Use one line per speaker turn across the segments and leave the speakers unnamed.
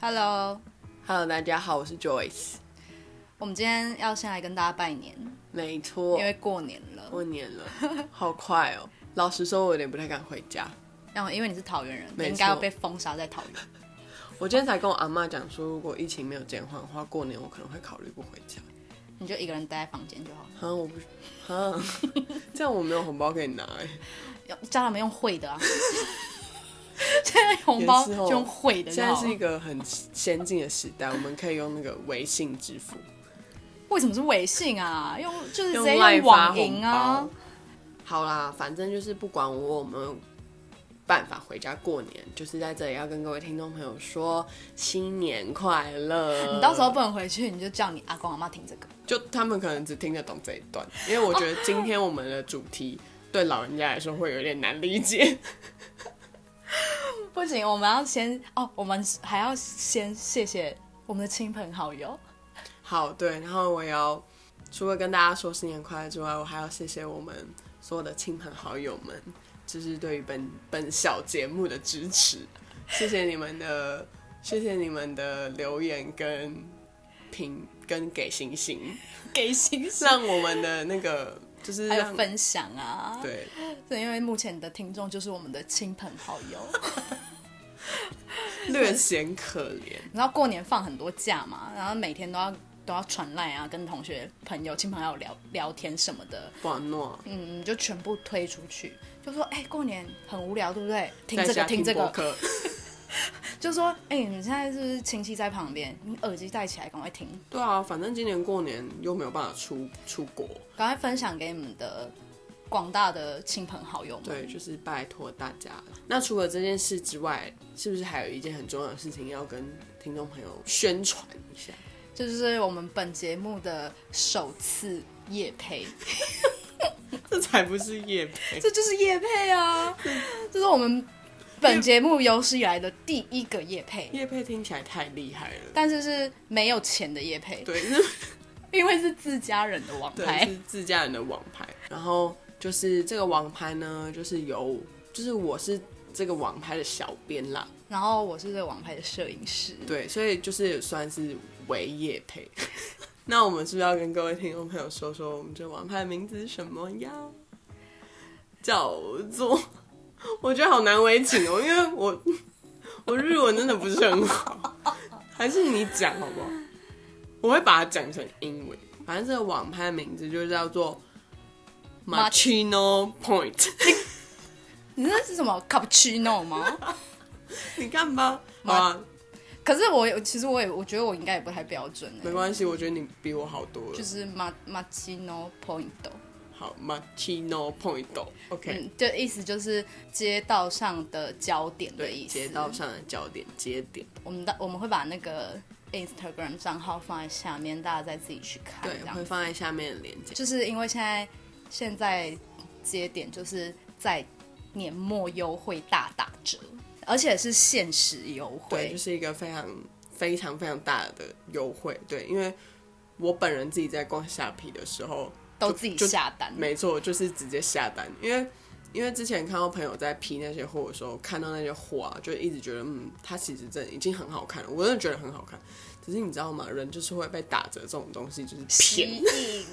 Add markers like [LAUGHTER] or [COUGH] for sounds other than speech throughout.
Hello，
Hello，大家好，我是 Joyce。
我们今天要先来跟大家拜年，
没错
因，为过年了。
过年了，好快哦。老实说，我有点不太敢回家。
然后因为你是桃园人，
没
你
错
应该要被封杀在桃园。
我今天才跟我阿妈讲说，如果疫情没有减缓的话，过年我可能会考虑不回家。
你就一个人待在房间就好了。
啊，我不，啊， [LAUGHS] 这样我没有红包可以拿哎。
用叫他们用会
[LAUGHS]
的啊，现在红包
也是哦
就用会的就
现在
好
是
了。
一个很先进的时代，我们可以用那个微信支付，
为什么是微信啊？用就是直
用
接
赖
用
发
网
红
银
包。
啊。
好啦，反正就是不管我有没有办法回家过年，就是在这里要跟各位听众朋友说新年快乐。
你到时候不能回去，你就叫你阿公阿妈听这个。
就他们可能只听得懂这一段，因为我觉得今天我们的主题对老人家来说会有点难理解。
不行，我们要先哦，我们还要先谢谢我们的亲朋好友。
好，对，然后我也要除了跟大家说新年快乐之外，我还要谢谢我们所有的亲朋好友们，就是对于本本小节目的支持，谢谢你们的，谢谢你们的留言跟评跟给星星，
给星星，
让我们的那个就是
还有
让
分享啊，
对
对，因为目前的听众就是我们的亲朋好友。 [LAUGHS]
略显可怜。
你知道过年放很多假嘛，然后每天都要都要传赖啊，跟同学、朋友、亲朋好友聊聊天什么的，
不好弄，
嗯，就全部推出去，就说哎、过年很无聊，对不对？听
在
这个，
家
听这
播
个，
客。
就说哎、你现在是不是亲戚在旁边？你耳机戴起来，赶快听，
对啊，反正今年过年又没有办法出出国，
赶快分享给你们的广大的亲朋好友们。
对，就是拜托大家了。那除了这件事之外，是不是还有一件很重要的事情要跟听众朋友宣传一下？
这就是我们本节目的首次夜配。
[LAUGHS] 这才不是夜配，
这就是夜配啊，这是我们本节目有史以来的第一个夜配，
夜配听起来太厉害了。
但是是没有钱的夜配，
[LAUGHS] 对，是
因为是自家人的网
对，
拍
是，自家人的网拍。然后就是这个网拍呢，就是由，就是我是这个网拍的小编啦，
然后我是这个网拍的摄影师，
对，所以就是算是为业配。 [LAUGHS] 那我们是不是要跟各位听众朋友说说我们这网拍的名字是什么呀？叫做，我觉得好难为情哦，因为我我日文真的不是很好，还是你讲好不好？我会把它讲成英文。反正这个网拍的名字就叫做
Mach-
Machino Point， [LAUGHS]
你那是什么 cappuccino 吗？
你看吧，好啊，
可是我有其实我也我觉得我应该也不太标准
没
欸
关系，我觉得你比我好多了。
就是 ma machino point，
好，Machino Point，OK，、
嗯，就意思就是街道上的焦点的
对，
意思。
街道上的焦点节点，
我们的我们会把那个 Instagram 账号放在下面，大家再自己去看。
对
这，样
会放在下面的链接。
就是因为现在现在节点就是在年末优惠大打折，而且是限时优
对，就
惠。
是一个非常非常非常大的优惠。对，因为我本人自己在逛虾皮的时候，
都
就
自己
就
下单，
没错，就是直接下单，因为。因为之前看到朋友在批那些货的时候，看到那些货啊，就一直觉得，嗯，它其实真的已经很好看了，我真的觉得很好看。只是你知道吗？人就是会被打折这种东西，就是
吸
骗。
引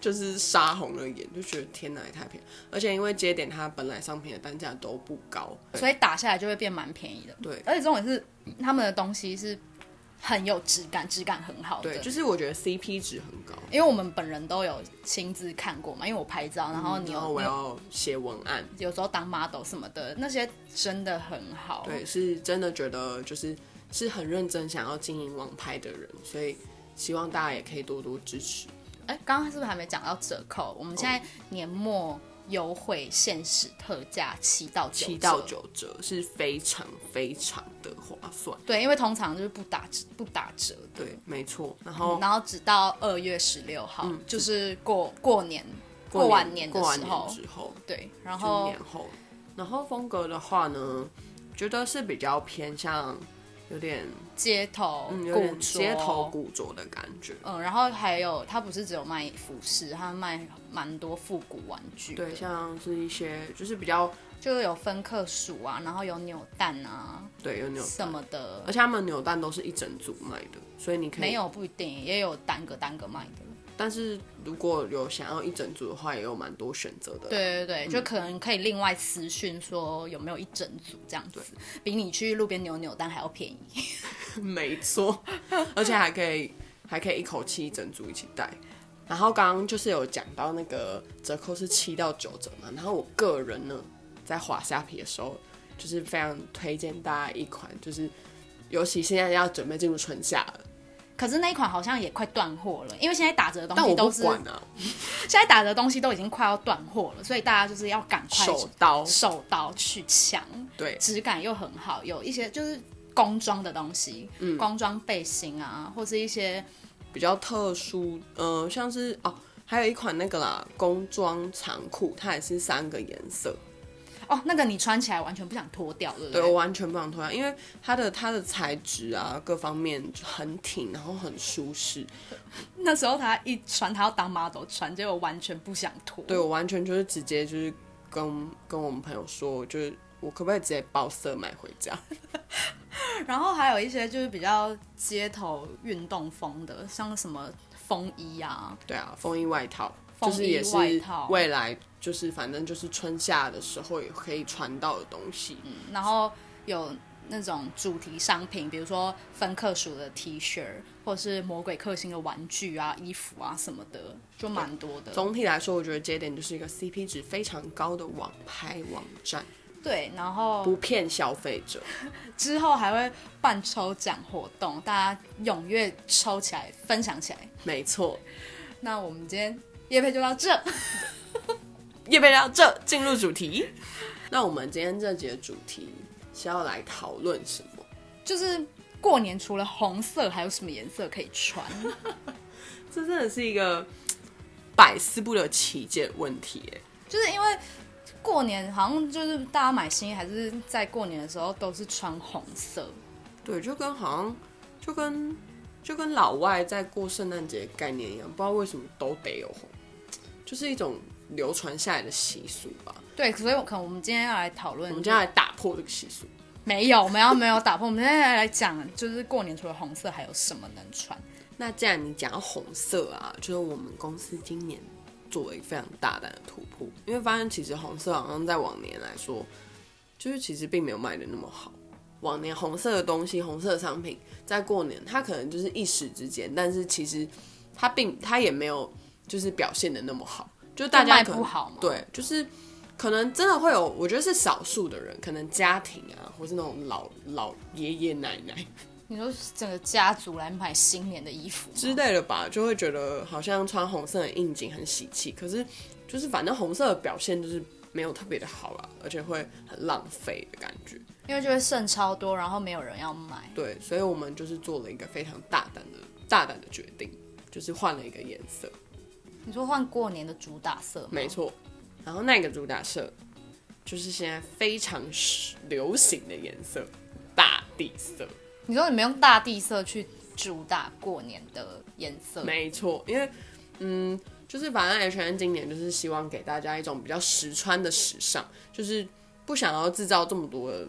就是杀红了眼，就觉得天哪，也太便宜！而且因为节点它本来商品的单价都不高，
所以打下来就会变蛮便宜的。
对
而且重点是他们的东西是很有质感，质感很好的。
对，就是我觉得 CP 值很高。
因为我们本人都有亲自看过嘛，因为我拍照，然后你有、
嗯然后我
你有
要写文案，
有时候当 model 什么的，那些真的很好。
对，是真的觉得就是是很认真想要经营网拍的人，所以希望大家也可以多多支持。
哎，刚刚是不是还没讲到折扣？我们现在年末优惠限时特价七到九，
七到。九折是非常非常的划算，
对，因为通常就是不打折不打折的，
对，没错。然后
然后直到二月十六号，就是过过年
嗯过年
完年的
过完
时
年
候，
之后，
对，然
就是
后
年后。然后风格的话呢，觉得是比较偏向有点
街头、
嗯有
古
点
着
街头古着的感觉。
嗯，然后还有它不是只有卖服饰，它卖蛮多复古玩具的，
对，像是一些就是比较
就有分克数啊，然后有扭蛋啊
对，有扭
什
蛋，
么的
而，且他们扭蛋都是一整组卖的，所以你可以
没有不一定，也有单个单个卖的。
但是如果有想要一整组的话，也有蛮多选择的。，
对对对，
嗯
就可能可以另外私讯说有没有一整组这样子，比你去路边扭扭蛋还要便宜。 [LAUGHS]
没错， [LAUGHS] 而且还可以还可以一口气一整组一起带。然后刚刚就是有讲到那个折扣是七到九折嘛，然后我个人呢在滑虾皮的时候，就是非常推荐大家一款，就是尤其现在要准备进入春夏了，
哦可是那一款好像也快断货了，因为现在打折的东
但
西
我
都
不
是
管啊，
现在打折的东西都已经快要断货了，所以大家就是要赶快
手刀
手刀去抢，
对
质感又很好，有一些就是工装的东西，
嗯
工装背心啊，或是一些
比较特殊，呃，像是哦，还有一款那个啦工装长裤，它也是三个颜色，
哦，那个你穿起来完全不想脱掉，对不
对
对？
我完全不想脱掉，因为它的它的材质啊，各方面就很挺，然后很舒适。
那时候他一穿，他要当 model 穿，结果完全不想脱。
对我完全就是直接就是跟跟我们朋友说，就是我可不可以直接包色买回家？ [LAUGHS]
然后还有一些就是比较街头运动风的，像什么风衣啊，
对啊，风衣外套，
风
就是
衣
也是
外套
未来就是反正就是春夏的时候也可以穿到的东西。
然后有那种主题商品，比如说芬克鼠的 T 恤，或是魔鬼克星的玩具啊、衣服啊什么的，就蛮多的。
总体来说，我觉得节点就是一个 CP 值非常高的网拍网站，
对，然后
不骗消费者。
之后还会办抽奖活动，大家踊跃抽起来，分享起来。
没错，
那我们今天夜配就到这，
夜配到这，进入主题。那我们今天这节主题是要来讨论什么？
就是过年除了红色，还有什么颜色可以穿？ [LAUGHS]
这真的是一个百思不得其解的问题耶。
就是因为过年好像就是大家买新衣还是在过年的时候都是穿红色，
对，就跟好像就跟就跟老外在过圣诞节的概念一样，不知道为什么都得有红，就是一种流传下来的习俗吧。
对，所以我可能我们今天要来讨论，
我们今天来打破这个习俗。
没有，我们要没有打破。我们现在来讲，就是过年除了红色还有什么能穿？
那既然你讲到红色啊，就是我们公司今年作为非常大胆的突破，因为发现其实红色好像在往年来说，就是其实并没有卖的那么好。往年红色的东西、红色的商品，在过年它可能就是一时之间，但是其实它并它也没有就是表现的那么好，就大
就
家
卖
可能
不好嘛
对，就是可能真的会有，我觉得是少数的人，可能家庭啊，或是那种老老爷爷奶奶，
你说整个家族来买新年的衣服吗，
之类的吧，就会觉得好像穿红色很应景、很喜气。可是就是反正红色的表现就是没有特别的好啦，而且会很浪费的感觉。
因为就会剩超多，然后没有人要买。
对，所以我们就是做了一个非常大胆的、大胆的决定，就是换了一个颜色。
你说换过年的主打色吗？
没错，然后那个主打色就是现在非常流行的颜色——大地色。
你说你们用大地色去主打过年的颜色，
没错，因为嗯，就是反正 H N 今年就是希望给大家一种比较实穿的时尚，就是不想要制造这么多的。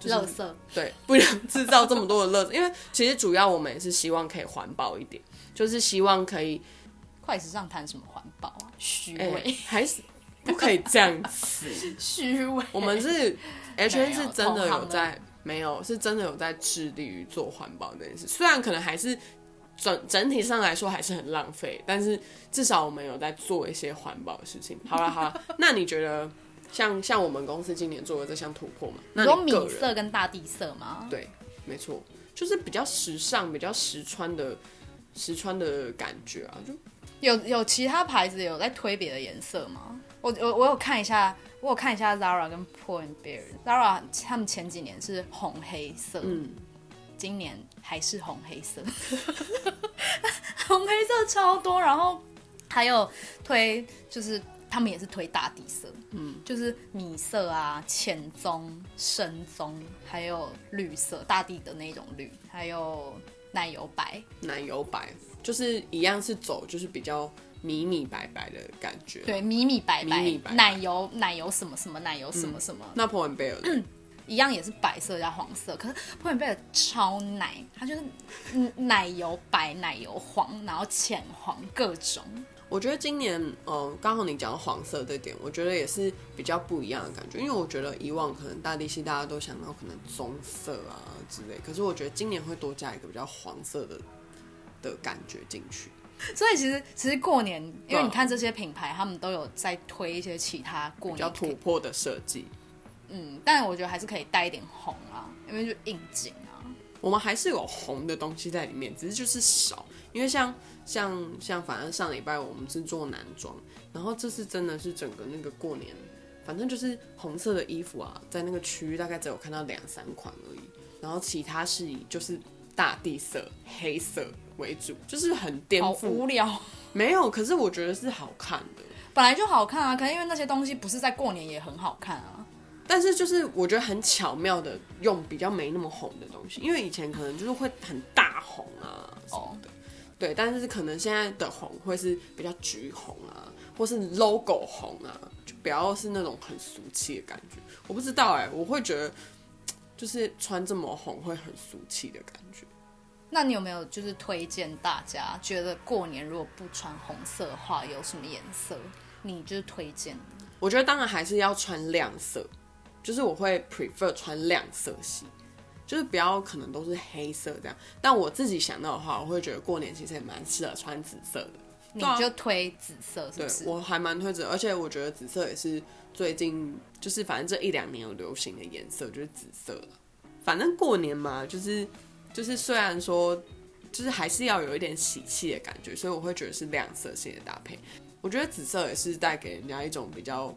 就是
乐色
对，不想制造这么多的乐子，因为其实主要我们也是希望可以环保一点，就是希望可以，
快时尚谈什么环保啊？虚
哎、
伪， [LAUGHS]
还是不可以这样子。
虚伪。
我们是 H
[LAUGHS] 没
N
有
是真的
同行
有
的
在，没有是真的有在致力于做环保这件事，虽然可能还是整整体上来说还是很浪费，但是至少我们有在做一些环保的事情。好了好了，那你觉得像像我们公司今年做的这项突破嘛？那
有米
你个人
色跟大地色吗？
对，没错，就是比较时尚、比较实穿的实穿的感觉啊，就
有有其他牌子有在推别的颜色吗？我我我有看一下，我有看一下 Zara 跟 Pull and Bear。Zara 他们前几年是红黑色，
嗯，
今年还是红黑色， [LAUGHS] 红黑色超多。然后还有推，就是他们也是推大地色，嗯，就是米色啊、浅棕、深棕，还有绿色，大地的那种绿，还有奶油白。
奶油白，就是一样是走就是比较米米白白的感觉。，
对，米米白白，
米米白白
奶油奶油什么什么奶油什么什么，
那 p o e n b e l 的，
一样也是白色加黄色，可是普洱贝尔超奶，它就是嗯奶油白、奶油黄，然后浅黄各种。
我觉得今年，呃，刚好你讲到黄色这点，我觉得也是比较不一样的感觉，因为我觉得以往可能大地系大家都想到可能棕色啊之类，可是我觉得今年会多加一个比较黄色的的感觉进去。
所以其实其实过年，因为
嗯
你看这些品牌，他们都有在推一些其他过
比较
年
突
品，
破的设计。
嗯，但我觉得还是可以带一点红啊，因为就应景啊。
我们还是有红的东西在里面，只是就是少，因为像像像，反正上礼拜我们是做男装，然后这次真的是整个那个过年，反正就是红色的衣服啊，在那个区域大概只有看到两三款而已，然后其他是以就是大地色、黑色为主，就是很颠
好
覆。
无聊，
没有，可是我觉得是好看的，
本来就好看啊，可能因为那些东西不是在过年也很好看啊。
但是就是我觉得很巧妙的用比较没那么红的东西，因为以前可能就是会很大红啊什么的，对，但是可能现在的红会是比较橘红啊，或是 logo 红啊，就不要是那种很俗气的感觉。我不知道哎、我会觉得嘖就是穿这么红会很俗气的感觉。
那你有没有就是推荐大家，觉得过年如果不穿红色的话，有什么颜色？你就是推荐的
我觉得当然还是要穿亮色，就是我会 prefer 穿亮色系，就是不要可能都是黑色这样。但我自己想到的话，我会觉得过年其实也蛮适合穿紫色的。
你
对啊
就推紫色，是
对
不是？
我还蛮推紫，而且我觉得紫色也是最近就是反正这一两年有流行的颜色，就是紫色了。反正过年嘛，就是就是虽然说就是还是要有一点喜气的感觉，所以我会觉得是亮色系的搭配。我觉得紫色也是带给人家一种比较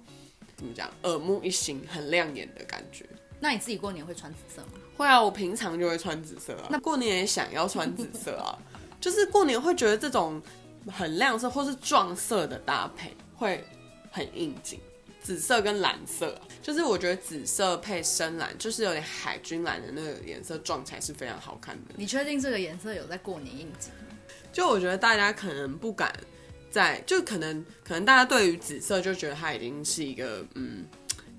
怎么讲耳目一新、很亮眼的感觉。
那你自己过年会穿紫色吗？
会啊，我平常就会穿紫色啊。那过年也想要穿紫色啊，就是过年会觉得这种很亮色或是撞色的搭配会很应景。紫色跟蓝色啊，就是我觉得紫色配深蓝，就是有点海军蓝的那个颜色撞起来是非常好看的。
你确定这个颜色有在过年应景？
就我觉得大家可能不敢在，就可能可能大家对于紫色就觉得它已经是一个嗯，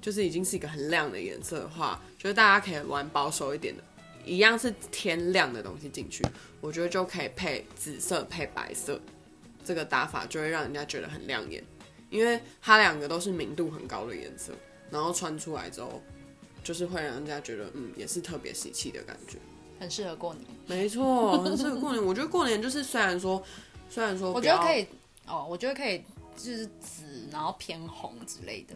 就是已经是一个很亮的颜色的话，就是大家可以玩保守一点的，一样是天亮的东西进去，我觉得就可以配紫色配白色，这个打法就会让人家觉得很亮眼，因为它两个都是明度很高的颜色，然后穿出来之后，就是会让人家觉得嗯，也是特别喜气的感觉。
很适合过年，
没错，很适合过年。我觉得过年就是虽然说，虽然说
我
不
觉
要，
得可以哦，我觉得可以就是紫，然后偏红之类的，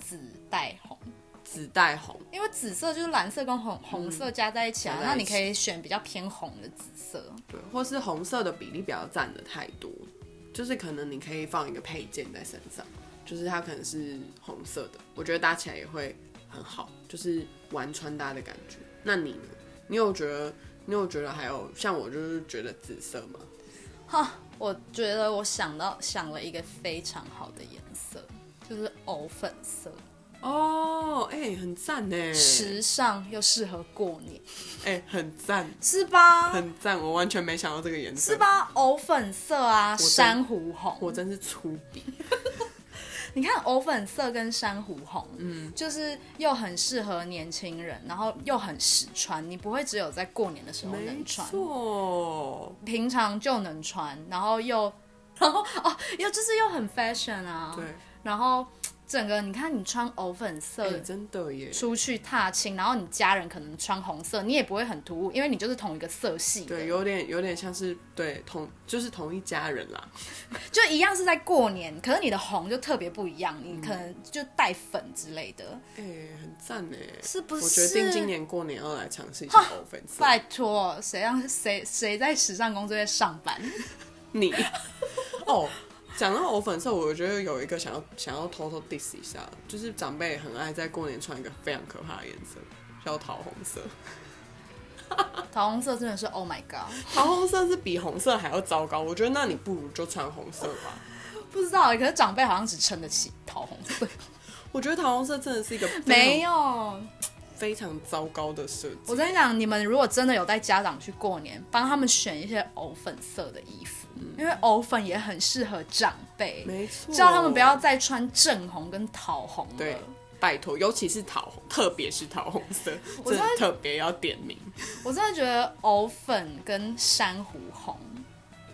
紫带红，
紫带红，
因为紫色就是蓝色跟红红色加在一起啊，
嗯加在
那你
一起
可以选比较偏红的紫色，
对，或是红色的比例不要占的太多，就是可能你可以放一个配件在身上，就是它可能是红色的，我觉得搭起来也会很好，就是玩穿搭的感觉。那你呢？你有觉得？你有觉得还有像我就是觉得紫色吗？
哈，我觉得我想到想了一个非常好的颜色，就是藕粉色，
哦，哎、很赞呢，
时尚又适合过年，
哎、很赞，
是吧？
很赞，我完全没想到这个颜色，
是？吧？藕粉色啊，
真
珊瑚红，
我真是粗鄙，
你看藕粉色跟珊瑚红，嗯，就是又很适合年轻人，然后又很实穿，你不会只有在过年的时候能
没
穿，
错。
平常就能穿，然后又， [LAUGHS] 然后哦，又就是又很 fashion 啊，
对，
然后整个你看你穿藕粉
哎、
色。
真的耶，
出去踏青，然后你家人可能穿红色，你也不会很突兀，因为你就是同一个色系的，
对，有点有点像是对同就是同一家人啦，
就一样是在过年，可是你的红就特别不一样，你可能就带粉之类的，
哎、很赞哎，
是不是？
我决定今年过年要来尝试一下藕粉色，
拜托，谁让谁谁在时尚公司在上班？
你 [LAUGHS] 哦。讲到藕粉色，我觉得有一个想要想要偷偷 diss 一下，就是长辈很爱在过年穿一个非常可怕的颜色，叫桃红
[LAUGHS]
色。
桃红色真的是 Oh my God！
桃红色是比红色还要糟糕，我觉得那你不如就穿红色吧。
不知道欸，可是长辈
[LAUGHS]
好像只撑得起桃红色， [LAUGHS]
我觉得桃红色真的是一个非常
没有。
非常糟糕的设计。
我跟你讲，你们如果真的有带家长去过年，帮他们选一些藕粉色的衣服，因为藕粉也很适合长辈，
没错，
叫他们不要再穿正红跟桃红了。
对，拜托，尤其是桃红，特别是桃红色，
我
真
真的
的特别要点名。
我真的觉得藕粉跟珊瑚红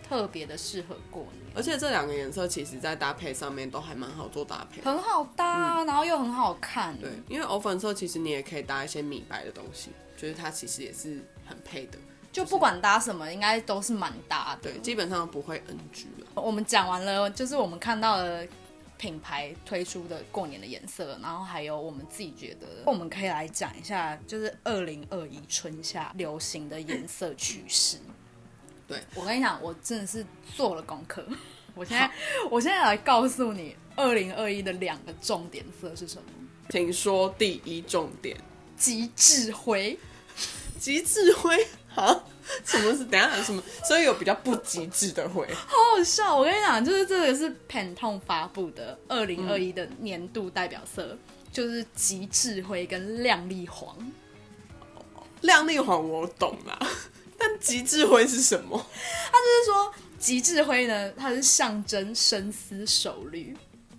特别的适合过年，
而且这两个颜色其实在搭配上面都还蛮好做搭配。
很好搭啊、然后又很好看。
嗯对，因为藕粉色其实你也可以搭一些米白的东西，就是它其实也是很配的。
就不管搭什么，应该都是蛮搭的
对，。基本上不会 NG 了。
我们讲完了，就是我们看到了品牌推出的过年的颜色，然后还有我们自己觉得，我们可以来讲一下，就是二零二一春夏流行的颜色趋势。
对
我跟你讲，我真的是做了功课，我现在我现在来告诉你，二零二一的两个重点色是什么？
请说第一重点，
极致灰，
极致灰啊？ [LAUGHS] 什么是？等一下什么？所以有比较不极致的灰。
好好笑！我跟你讲，就是这个是 Pantone 发布的二零二一
嗯
的年度代表色，就是极致灰跟亮丽黄。
亮丽黄我懂啦，但极致灰是什么？
就是说极致灰呢，它是象征深思熟虑，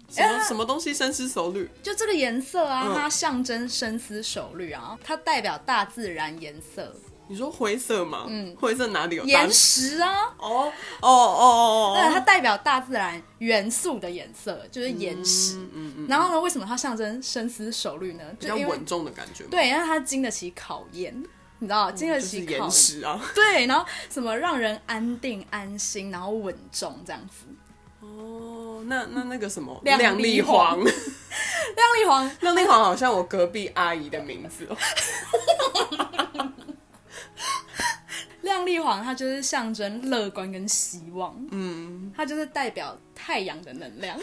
什
哎
么什么东西深思熟虑？
就这个颜色啊，
嗯
它象征深思熟虑啊，它代表大自然颜色，
你说灰色吗？嗯，灰色哪里有搭？
岩石啊，
哦哦哦
对，它
哦
代表大自然元素的颜色，就是岩
嗯
石。然后呢，为什么它象征深思熟虑呢？
比较
就因为
稳重的感觉吗，
对，因为它经得起考验，你知道，经得
嗯就是
起考
岩
验。
石啊。
[LAUGHS] 对，然后什么让人安定、安心，然后稳重这样子。
哦，那那那个什么
亮
亮
丽
丽
黄亮
黄，
丽黄
[LAUGHS] 亮丽黄好像我隔壁阿姨的名字哦。
亮丽黄它就是象征乐观跟希望，
嗯，
它就是代表太阳的能量。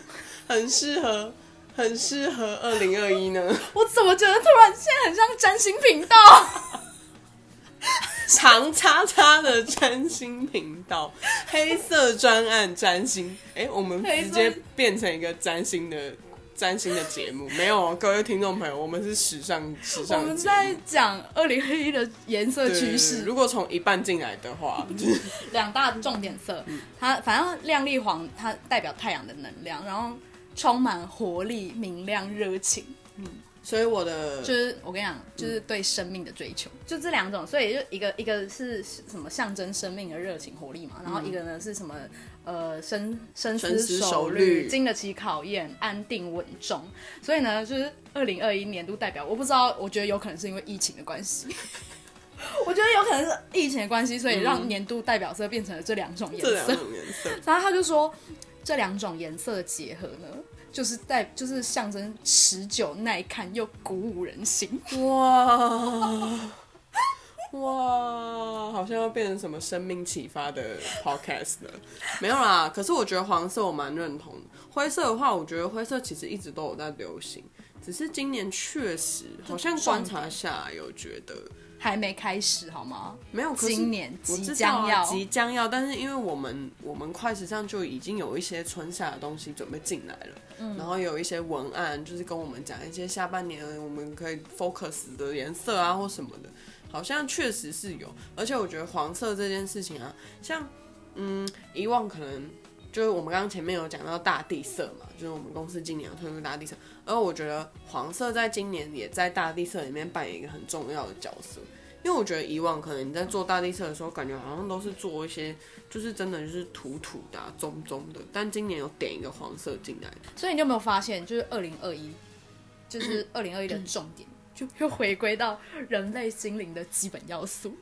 很适合，很适合二零二
[LAUGHS]
一呢。
我怎么觉得突然现在很像占星频道？
长叉叉的占星频道，黑色专案占星。哎、我们直接变成一个占星的占星的节目，没有哦，各位听众朋友，我们是时尚时
我
尚的
们
节目
在讲二零二一的颜色
对
趋
对对
势，
如果从一半进来的话，就是
两大重点色。
嗯
它反正亮丽黄它代表太阳的能量，然后充满活力、明亮、热情，
[LAUGHS] 所以我的
就是我跟你讲，就是对生命的追
嗯
求，就这两种。所以就一个一个是什么象征生命的热情活力嘛，然后一个呢是什么呃深深思
嗯深思
熟
熟
虑，
虑
经得起考验，安定稳重。所以呢，就是二零二一年度代表，我不知道，我觉得有可能是因为疫情的关
[LAUGHS]
系。我觉得有可能是疫情的关系，所以让年度代表色变成了这两种颜
嗯这两
色。
种颜色，
然后他就说，这两种颜色的结合呢，就是代就是象征持久、耐看又鼓舞人心。
哇哇，好像要变成什么生命启发的 podcast 了。没有啦，可是我觉得黄色我蛮认同的。灰色的话，我觉得灰色其实一直都有在流行，只是今年确实好像观察下来有觉得
还没开始好吗？
没有。可是
今年
我
即
知道
将
啊
要，
即将要，但是因为我们我们快时尚就已经有一些春夏的东西准备进来了，
嗯
然后有一些文案就是跟我们讲一些下半年我们可以 focus 的颜色啊或什么的，好像确实是有，而且我觉得黄色这件事情啊，像嗯以往可能。就是我们刚刚前面有讲到大地色嘛，就是我们公司今年有推出大地色，而我觉得黄色在今年也在大地色里面扮演一个很重要的角色，因为我觉得以往可能你在做大地色的时候，感觉好像都是做一些就是真的就是土土的、啊、棕棕的，但今年有点一个黄色进来，
所以你有没有发现，就是二零二一，就是二零二一
嗯
的重点，就又回归到人类心灵的基本要素。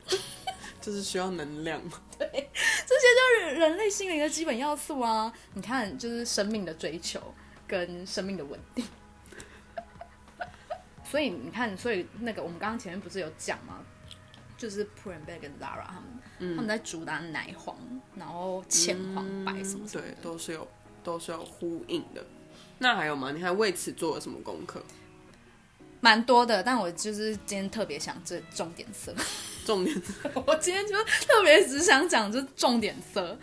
就是需要能量。
人人类心灵的基本要素啊，你看，就是生命的追求跟生命的稳定。 [LAUGHS] 所以你看，所以那个我们刚刚前面不是有讲吗？就是 p r e m b e 跟 Zara 他们，他们在主打奶黄，然后浅黄白什么什么
嗯对
的，。
都是有都是有呼应的。那还有吗？你还为此做了什么功课？
蛮多的，但我就是今天特别想这重点色， [LAUGHS]
重点，
我今天就特别只想讲这重点色。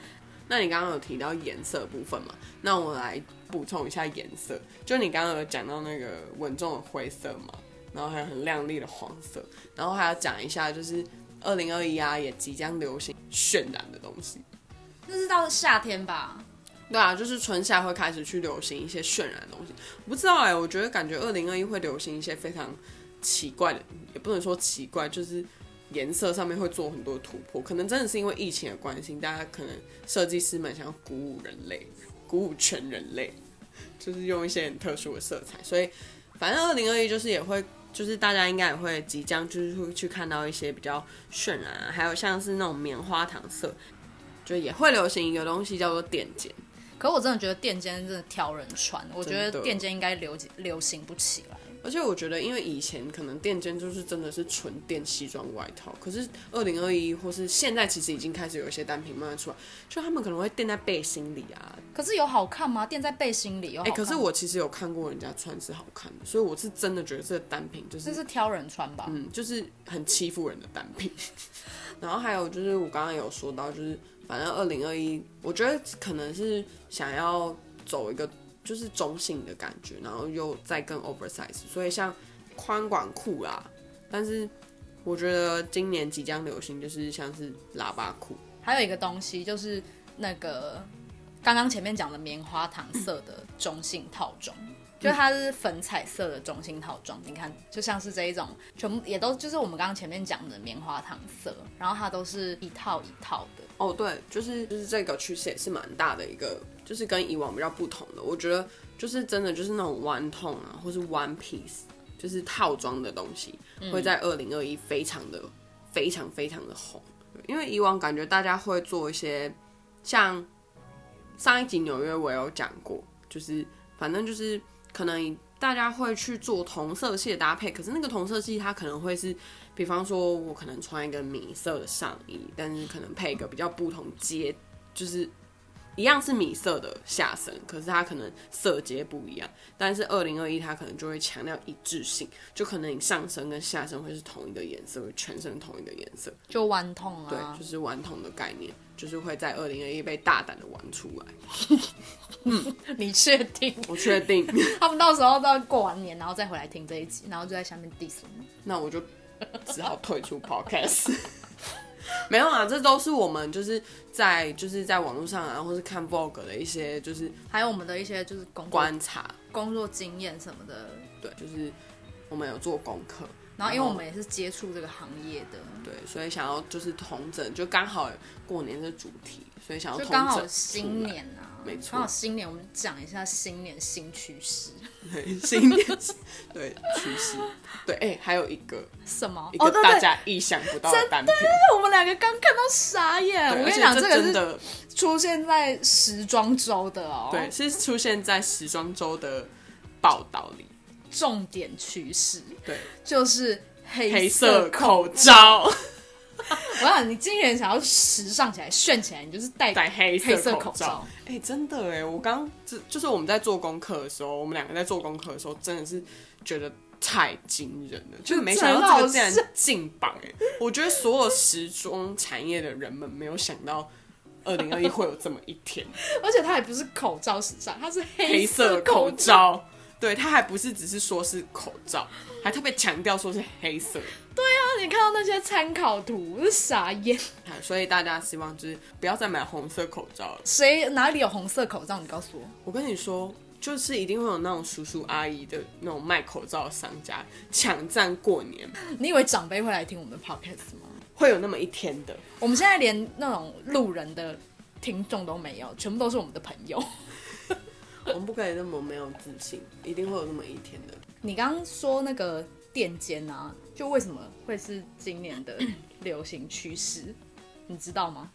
那你刚刚有提到颜色部分嘛？那我来补充一下颜色，就你刚刚有讲到那个稳重的灰色嘛，然后还有很亮丽的黄色。然后还要讲一下，就是二零二一啊，也即将流行渲染的东西。
那是到夏天吧？
对啊，就是春夏会开始去流行一些渲染的东西。我不知道哎、我觉得感觉二零二一会流行一些非常奇怪的，也不能说奇怪，就是颜色上面会做很多突破。可能真的是因为疫情的关系，大家可能设计师们想要鼓舞人类，鼓舞全人类，就是用一些很特殊的色彩。所以，反正二零二一就是也会。就是大家应该也会即将就是会去看到一些比较渲染、啊，还有像是那种棉花糖色，就也会流行一个东西叫做电剪，
可我真的觉得垫肩真的挑人穿，我觉
真
得
的
垫肩应该流流行不起来。
而且我觉得，因为以前可能垫肩就是真的是纯垫西装外套，可是二零二一或是现在其实已经开始有一些单品慢慢出来，就他们可能会垫在背心里啊。
可是有好看吗？垫在背心里有好
哎、
看吗
可是我其实有看过人家穿是好看的，所以我是真的觉得这个单品就
这
是
是挑人穿吧？
嗯，就是很欺负人的单品。 [LAUGHS] 然后还有就是我刚刚有说到，就是反正二零二一，我觉得可能是想要走一个就是中性的感觉，然后又再更 oversize，所以像宽管裤啦，但是我觉得今年即将流行就是像是喇叭裤，
还有一个东西就是那个刚刚前面讲的棉花糖色的中性套装，就它是粉彩色的中性套装。你看，就像是这一种，全部也都就是我们刚刚前面讲的棉花糖色，然后它都是一套一套的。
哦，对，就是就是这个趋势也是蛮大的一个，就是跟以往比较不同的。我觉得就是真的就是那种 one tone 啊，或是 one piece，就是套装的东西，会在二零二一非常的、非常非常的红。因为以往感觉大家会做一些像上一集纽约我有讲过，就是反正就是可能大家会去做同色系的搭配，可是那个同色系它可能会是比方说，我可能穿一个米色的上衣，但是可能配一个比较不同阶，就是一样是米色的下身，可是它可能色阶不一样。但是二零二一它可能就会强调一致性，就可能你上身跟下身会是同一个颜色，全身同一个颜色，
就弯痛
对，
啊
就，是顽童的概念，就是会在二零二一被大胆的玩出来。
[LAUGHS] 你确定？
我确定，
他们到时候到过完年，然后再回来听这一集，然后就在下面 diss 你。
那我就只好退出 podcast。没有啊，这都是我们就是在就是在网络上啊，或是看 vlog 的一些就是
还有我们的一些就是工作
观察，
工作经验什么的，
对，就是我们有做功课，
然后因为我们也是接触这个行业的，
对，所以想要就是同整，就刚好过年的主题，所以想要
就
同
刚好
整
新年啊，
没错
刚好新年，我们讲一下新年新趋势。
出来对新年对趋势，对，哎、还有一个
什么？
一
哦，
个
对
大
对，
家意想不到的单品，
我们两个刚看到傻眼。
对
我跟
而
你
且
讲，
这
这个
真
是
的
出现在时装周的哦，
对，是出现在时装周的报道里，
重点趋势
对，
就是黑
黑色
口。
口罩。
我想你今年想要时尚起来、炫起来，你就是戴
戴黑
黑色
口
口罩。
哎、真的哎，我刚就就是我们在做功课的时候，我们两个在做功课的时候，真的是觉得太惊人了，就是没想到这个竟然
真
进榜哎！我觉得所有时装产业的人们没有想到。二零二一会有这么一 [LAUGHS] 天，
而且它还不是口罩时尚，它是
黑色
色
口
罩。
罩，对，它还不是只是说是口罩，还特别强调说是黑色，
那你看到那些参考图，我是傻眼。
啊所以大家希望就是不要再买红色口罩了。
谁哪里有红色口罩？你告诉我。
我跟你说，就是一定会有那种叔叔阿姨的那种卖口罩的商家抢占过年，
你以为长辈会来听我们的 podcast 吗？
会有那么一天的。
我们现在连那种路人的听众都没有，全部都是我们的朋友。
我们不可以那么没有自信，一定会有那么一天的。
[LAUGHS] 你刚刚说那个垫肩啊，就为什么会是今年的流行趋势？你知道吗？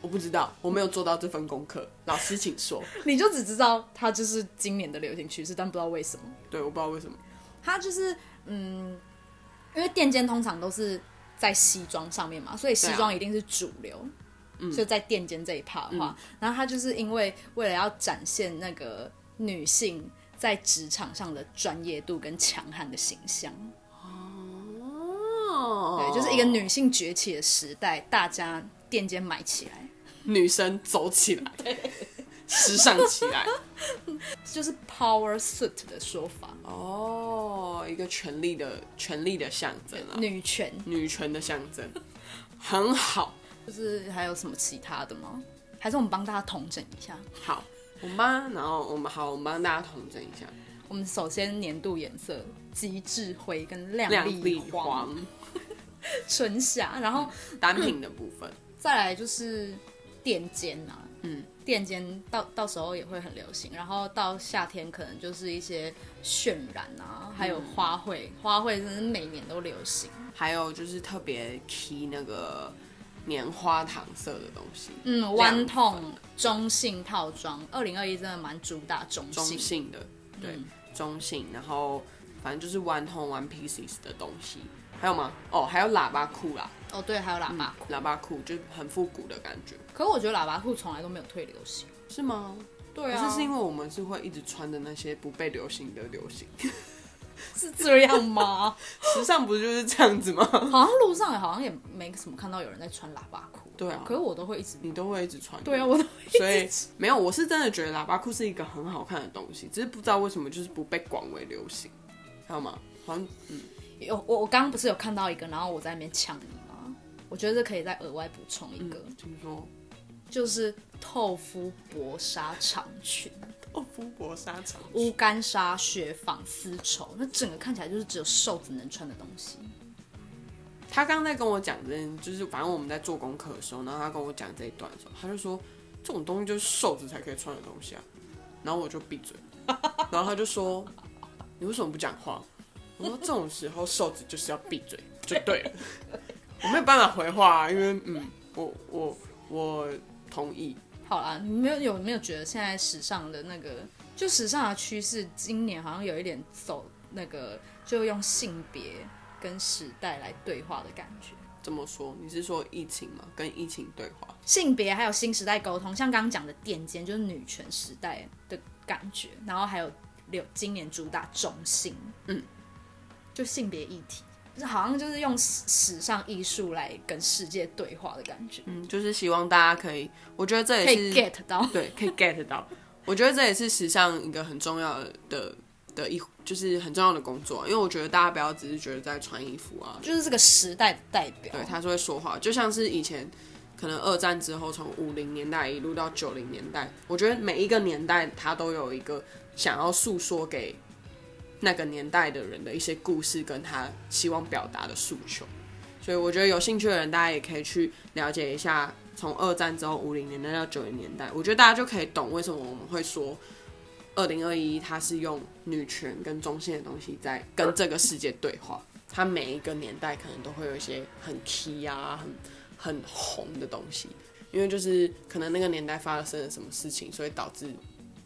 我不知道，我没有做到这份功课，老师请说。
你就只知道它就是今年的流行趋势，但不知道为什么。
对，我不知道为什么。
它就是嗯，因为垫肩通常都是在西装上面嘛，所以西装一定是主流。所以在垫肩这一趴的话，然后它就是因为为了要展现那个女性在职场上的专业度跟强悍的形象，
哦
对，就是一个女性崛起的时代，大家垫肩买起来，
女生走起来，时尚起来。
就是 power suit 的说法。
[LAUGHS] 哦，到一个权力的权力的象征啊，
女权，
女权的象征，很好。
就是还有什么其他的吗？还是我们帮大家统整一下？
好，我们帮，然后我们好，我们帮大家统整一
[LAUGHS]
下，
我们首先年度颜色极致灰跟亮
亮
丽
丽
黄、
黄
春夏，然后
单品的部
[LAUGHS]
分，
再来就是垫肩啊，
嗯，
垫肩到到时候也会很流行，然后到夏天可能就是一些渲染啊，还有花卉，花卉真是每年都流行，
还有就是特别 key 那个棉花糖色的东西，
嗯，
粉
弯痛中性套装，二零二一真的蛮主打中
中
性，
性的，对，
嗯
中性，然后反正就是 one tone one pieces 的东西，还有吗？哦，还有喇叭裤啦，
哦对，还有喇叭裤，
喇叭裤就很复古的感觉，
可我觉得喇叭裤从来都没有退流行，
是吗？
对
可
啊，
是是因为我们是会一直穿的那些不被流行的流行，
是这样吗？
时尚不就是这
[LAUGHS]
样子吗？
好像路上也好像也没什么看到有人在穿喇叭裤，
对啊
可是我都会一直，
你都会一直穿，
对啊，我都
所以没有，我是真的觉得喇叭裤是一个很好看的东西，只是不知道为什么就是不被广为流行，还有吗？好像嗯
有我我刚刚不是有看到一个，然后我在那边呛你吗？我觉得这可以再额外补充一个，
听说
就是透肤薄纱长裙、
哦，夫薄纱长
乌干纱、雪纺丝绸，那整个看起来就是只有瘦子能穿的东西。
他刚刚在跟我讲这件，就是反正我们在做功课的时候，然后他跟我讲这一段的时候，他就说这种东西就是瘦子才可以穿的东西啊。然后我就闭嘴，然后他就说你为什么不讲话？我说这种时候瘦子就是要闭嘴就对了，我没有办法回话、啊，因为嗯，我我我同意，
好啦，你没有有没有觉得现在时尚的那个，就时尚的趋势，今年好像有一点走那个，就用性别跟时代来对话的感觉。
这么说，你是说疫情吗？跟疫情对话？
性别还有新时代沟通，像刚刚讲的垫肩就是女权时代的感觉，然后还有有今年主打中性，嗯，就性别议题，就是好像就是用时时尚艺术来跟世界对话的感觉，
嗯，就是希望大家可以，我觉得这
可
也
以
是
get 到。
对，可以 get 到。我觉得这也是时尚一个很重要的的一，就是很重要的工作，因为我觉得大家不要只是觉得在穿衣服啊，
就是这个时代的代表，
对，他是会说话，就像是以前可能二战之后，从五零年代一路到九零年代，我觉得每一个年代他都有一个想要诉说给那个年代的人的一些故事，跟他希望表达的诉求。所以我觉得有兴趣的人，大家也可以去了解一下，从二战之后五零年代到九零年代，我觉得大家就可以懂为什么我们会说。二零二一，它是用女权跟中性的东西在跟这个世界对话。它每一个年代可能都会有一些很 key 啊、很很红的东西，因为就是可能那个年代发生了什么事情，所以导致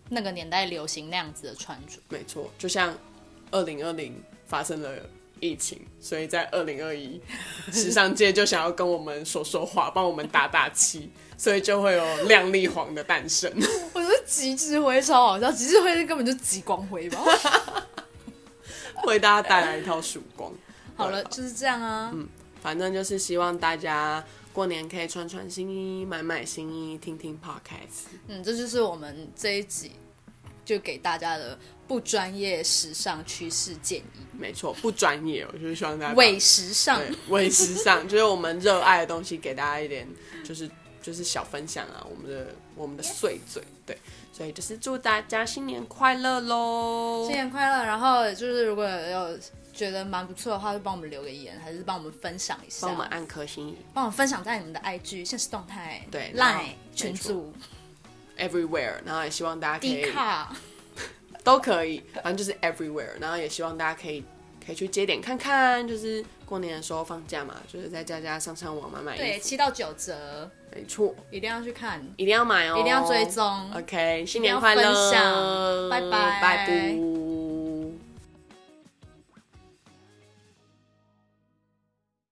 那个年代流行那样子的穿着，
没错，就像二零二零发生了疫情，所以在二零二一，时尚界就想要跟我们说说话，帮我们打打气，所以就会有亮丽黄的诞生。 [LAUGHS]
我觉得极致灰超好笑，极致灰根本就极光灰吧。 [LAUGHS]
为大家带来一套曙光。
好了，就是这样啊。
反正就是希望大家过年可以穿穿新衣，买买新衣，听听 podcast。
嗯，这就是我们这一集就给大家的不专业时尚趋势建议，
没错，不专业哦，我就是希望大家把
伪时尚。
对伪时尚， [LAUGHS] 就是我们热爱的东西，给大家一点就是就是小分享啊，我们的我们的碎嘴，对，所以就是祝大家新年快乐喽
新！年快乐！然后就是如果有觉得蛮不错的话，就帮我们留个言，还是帮我们分享一下，
帮我们按颗星
帮我们分享在你们的 IG 现实动态、
对然后
Line 群组、
everywhere，然后也希望大家可
低
以
卡，
都可以，反正就是 everywhere，然后也希望大家可以。可以去街点看看，就是过年的时候放假嘛，就是在家家上上网买买
对，
衣服，
七到九折，
没错，
一定要去看，
一定要买哦，
一定要追踪。
OK，
一定
新年
要
快乐，
分享拜拜
拜拜。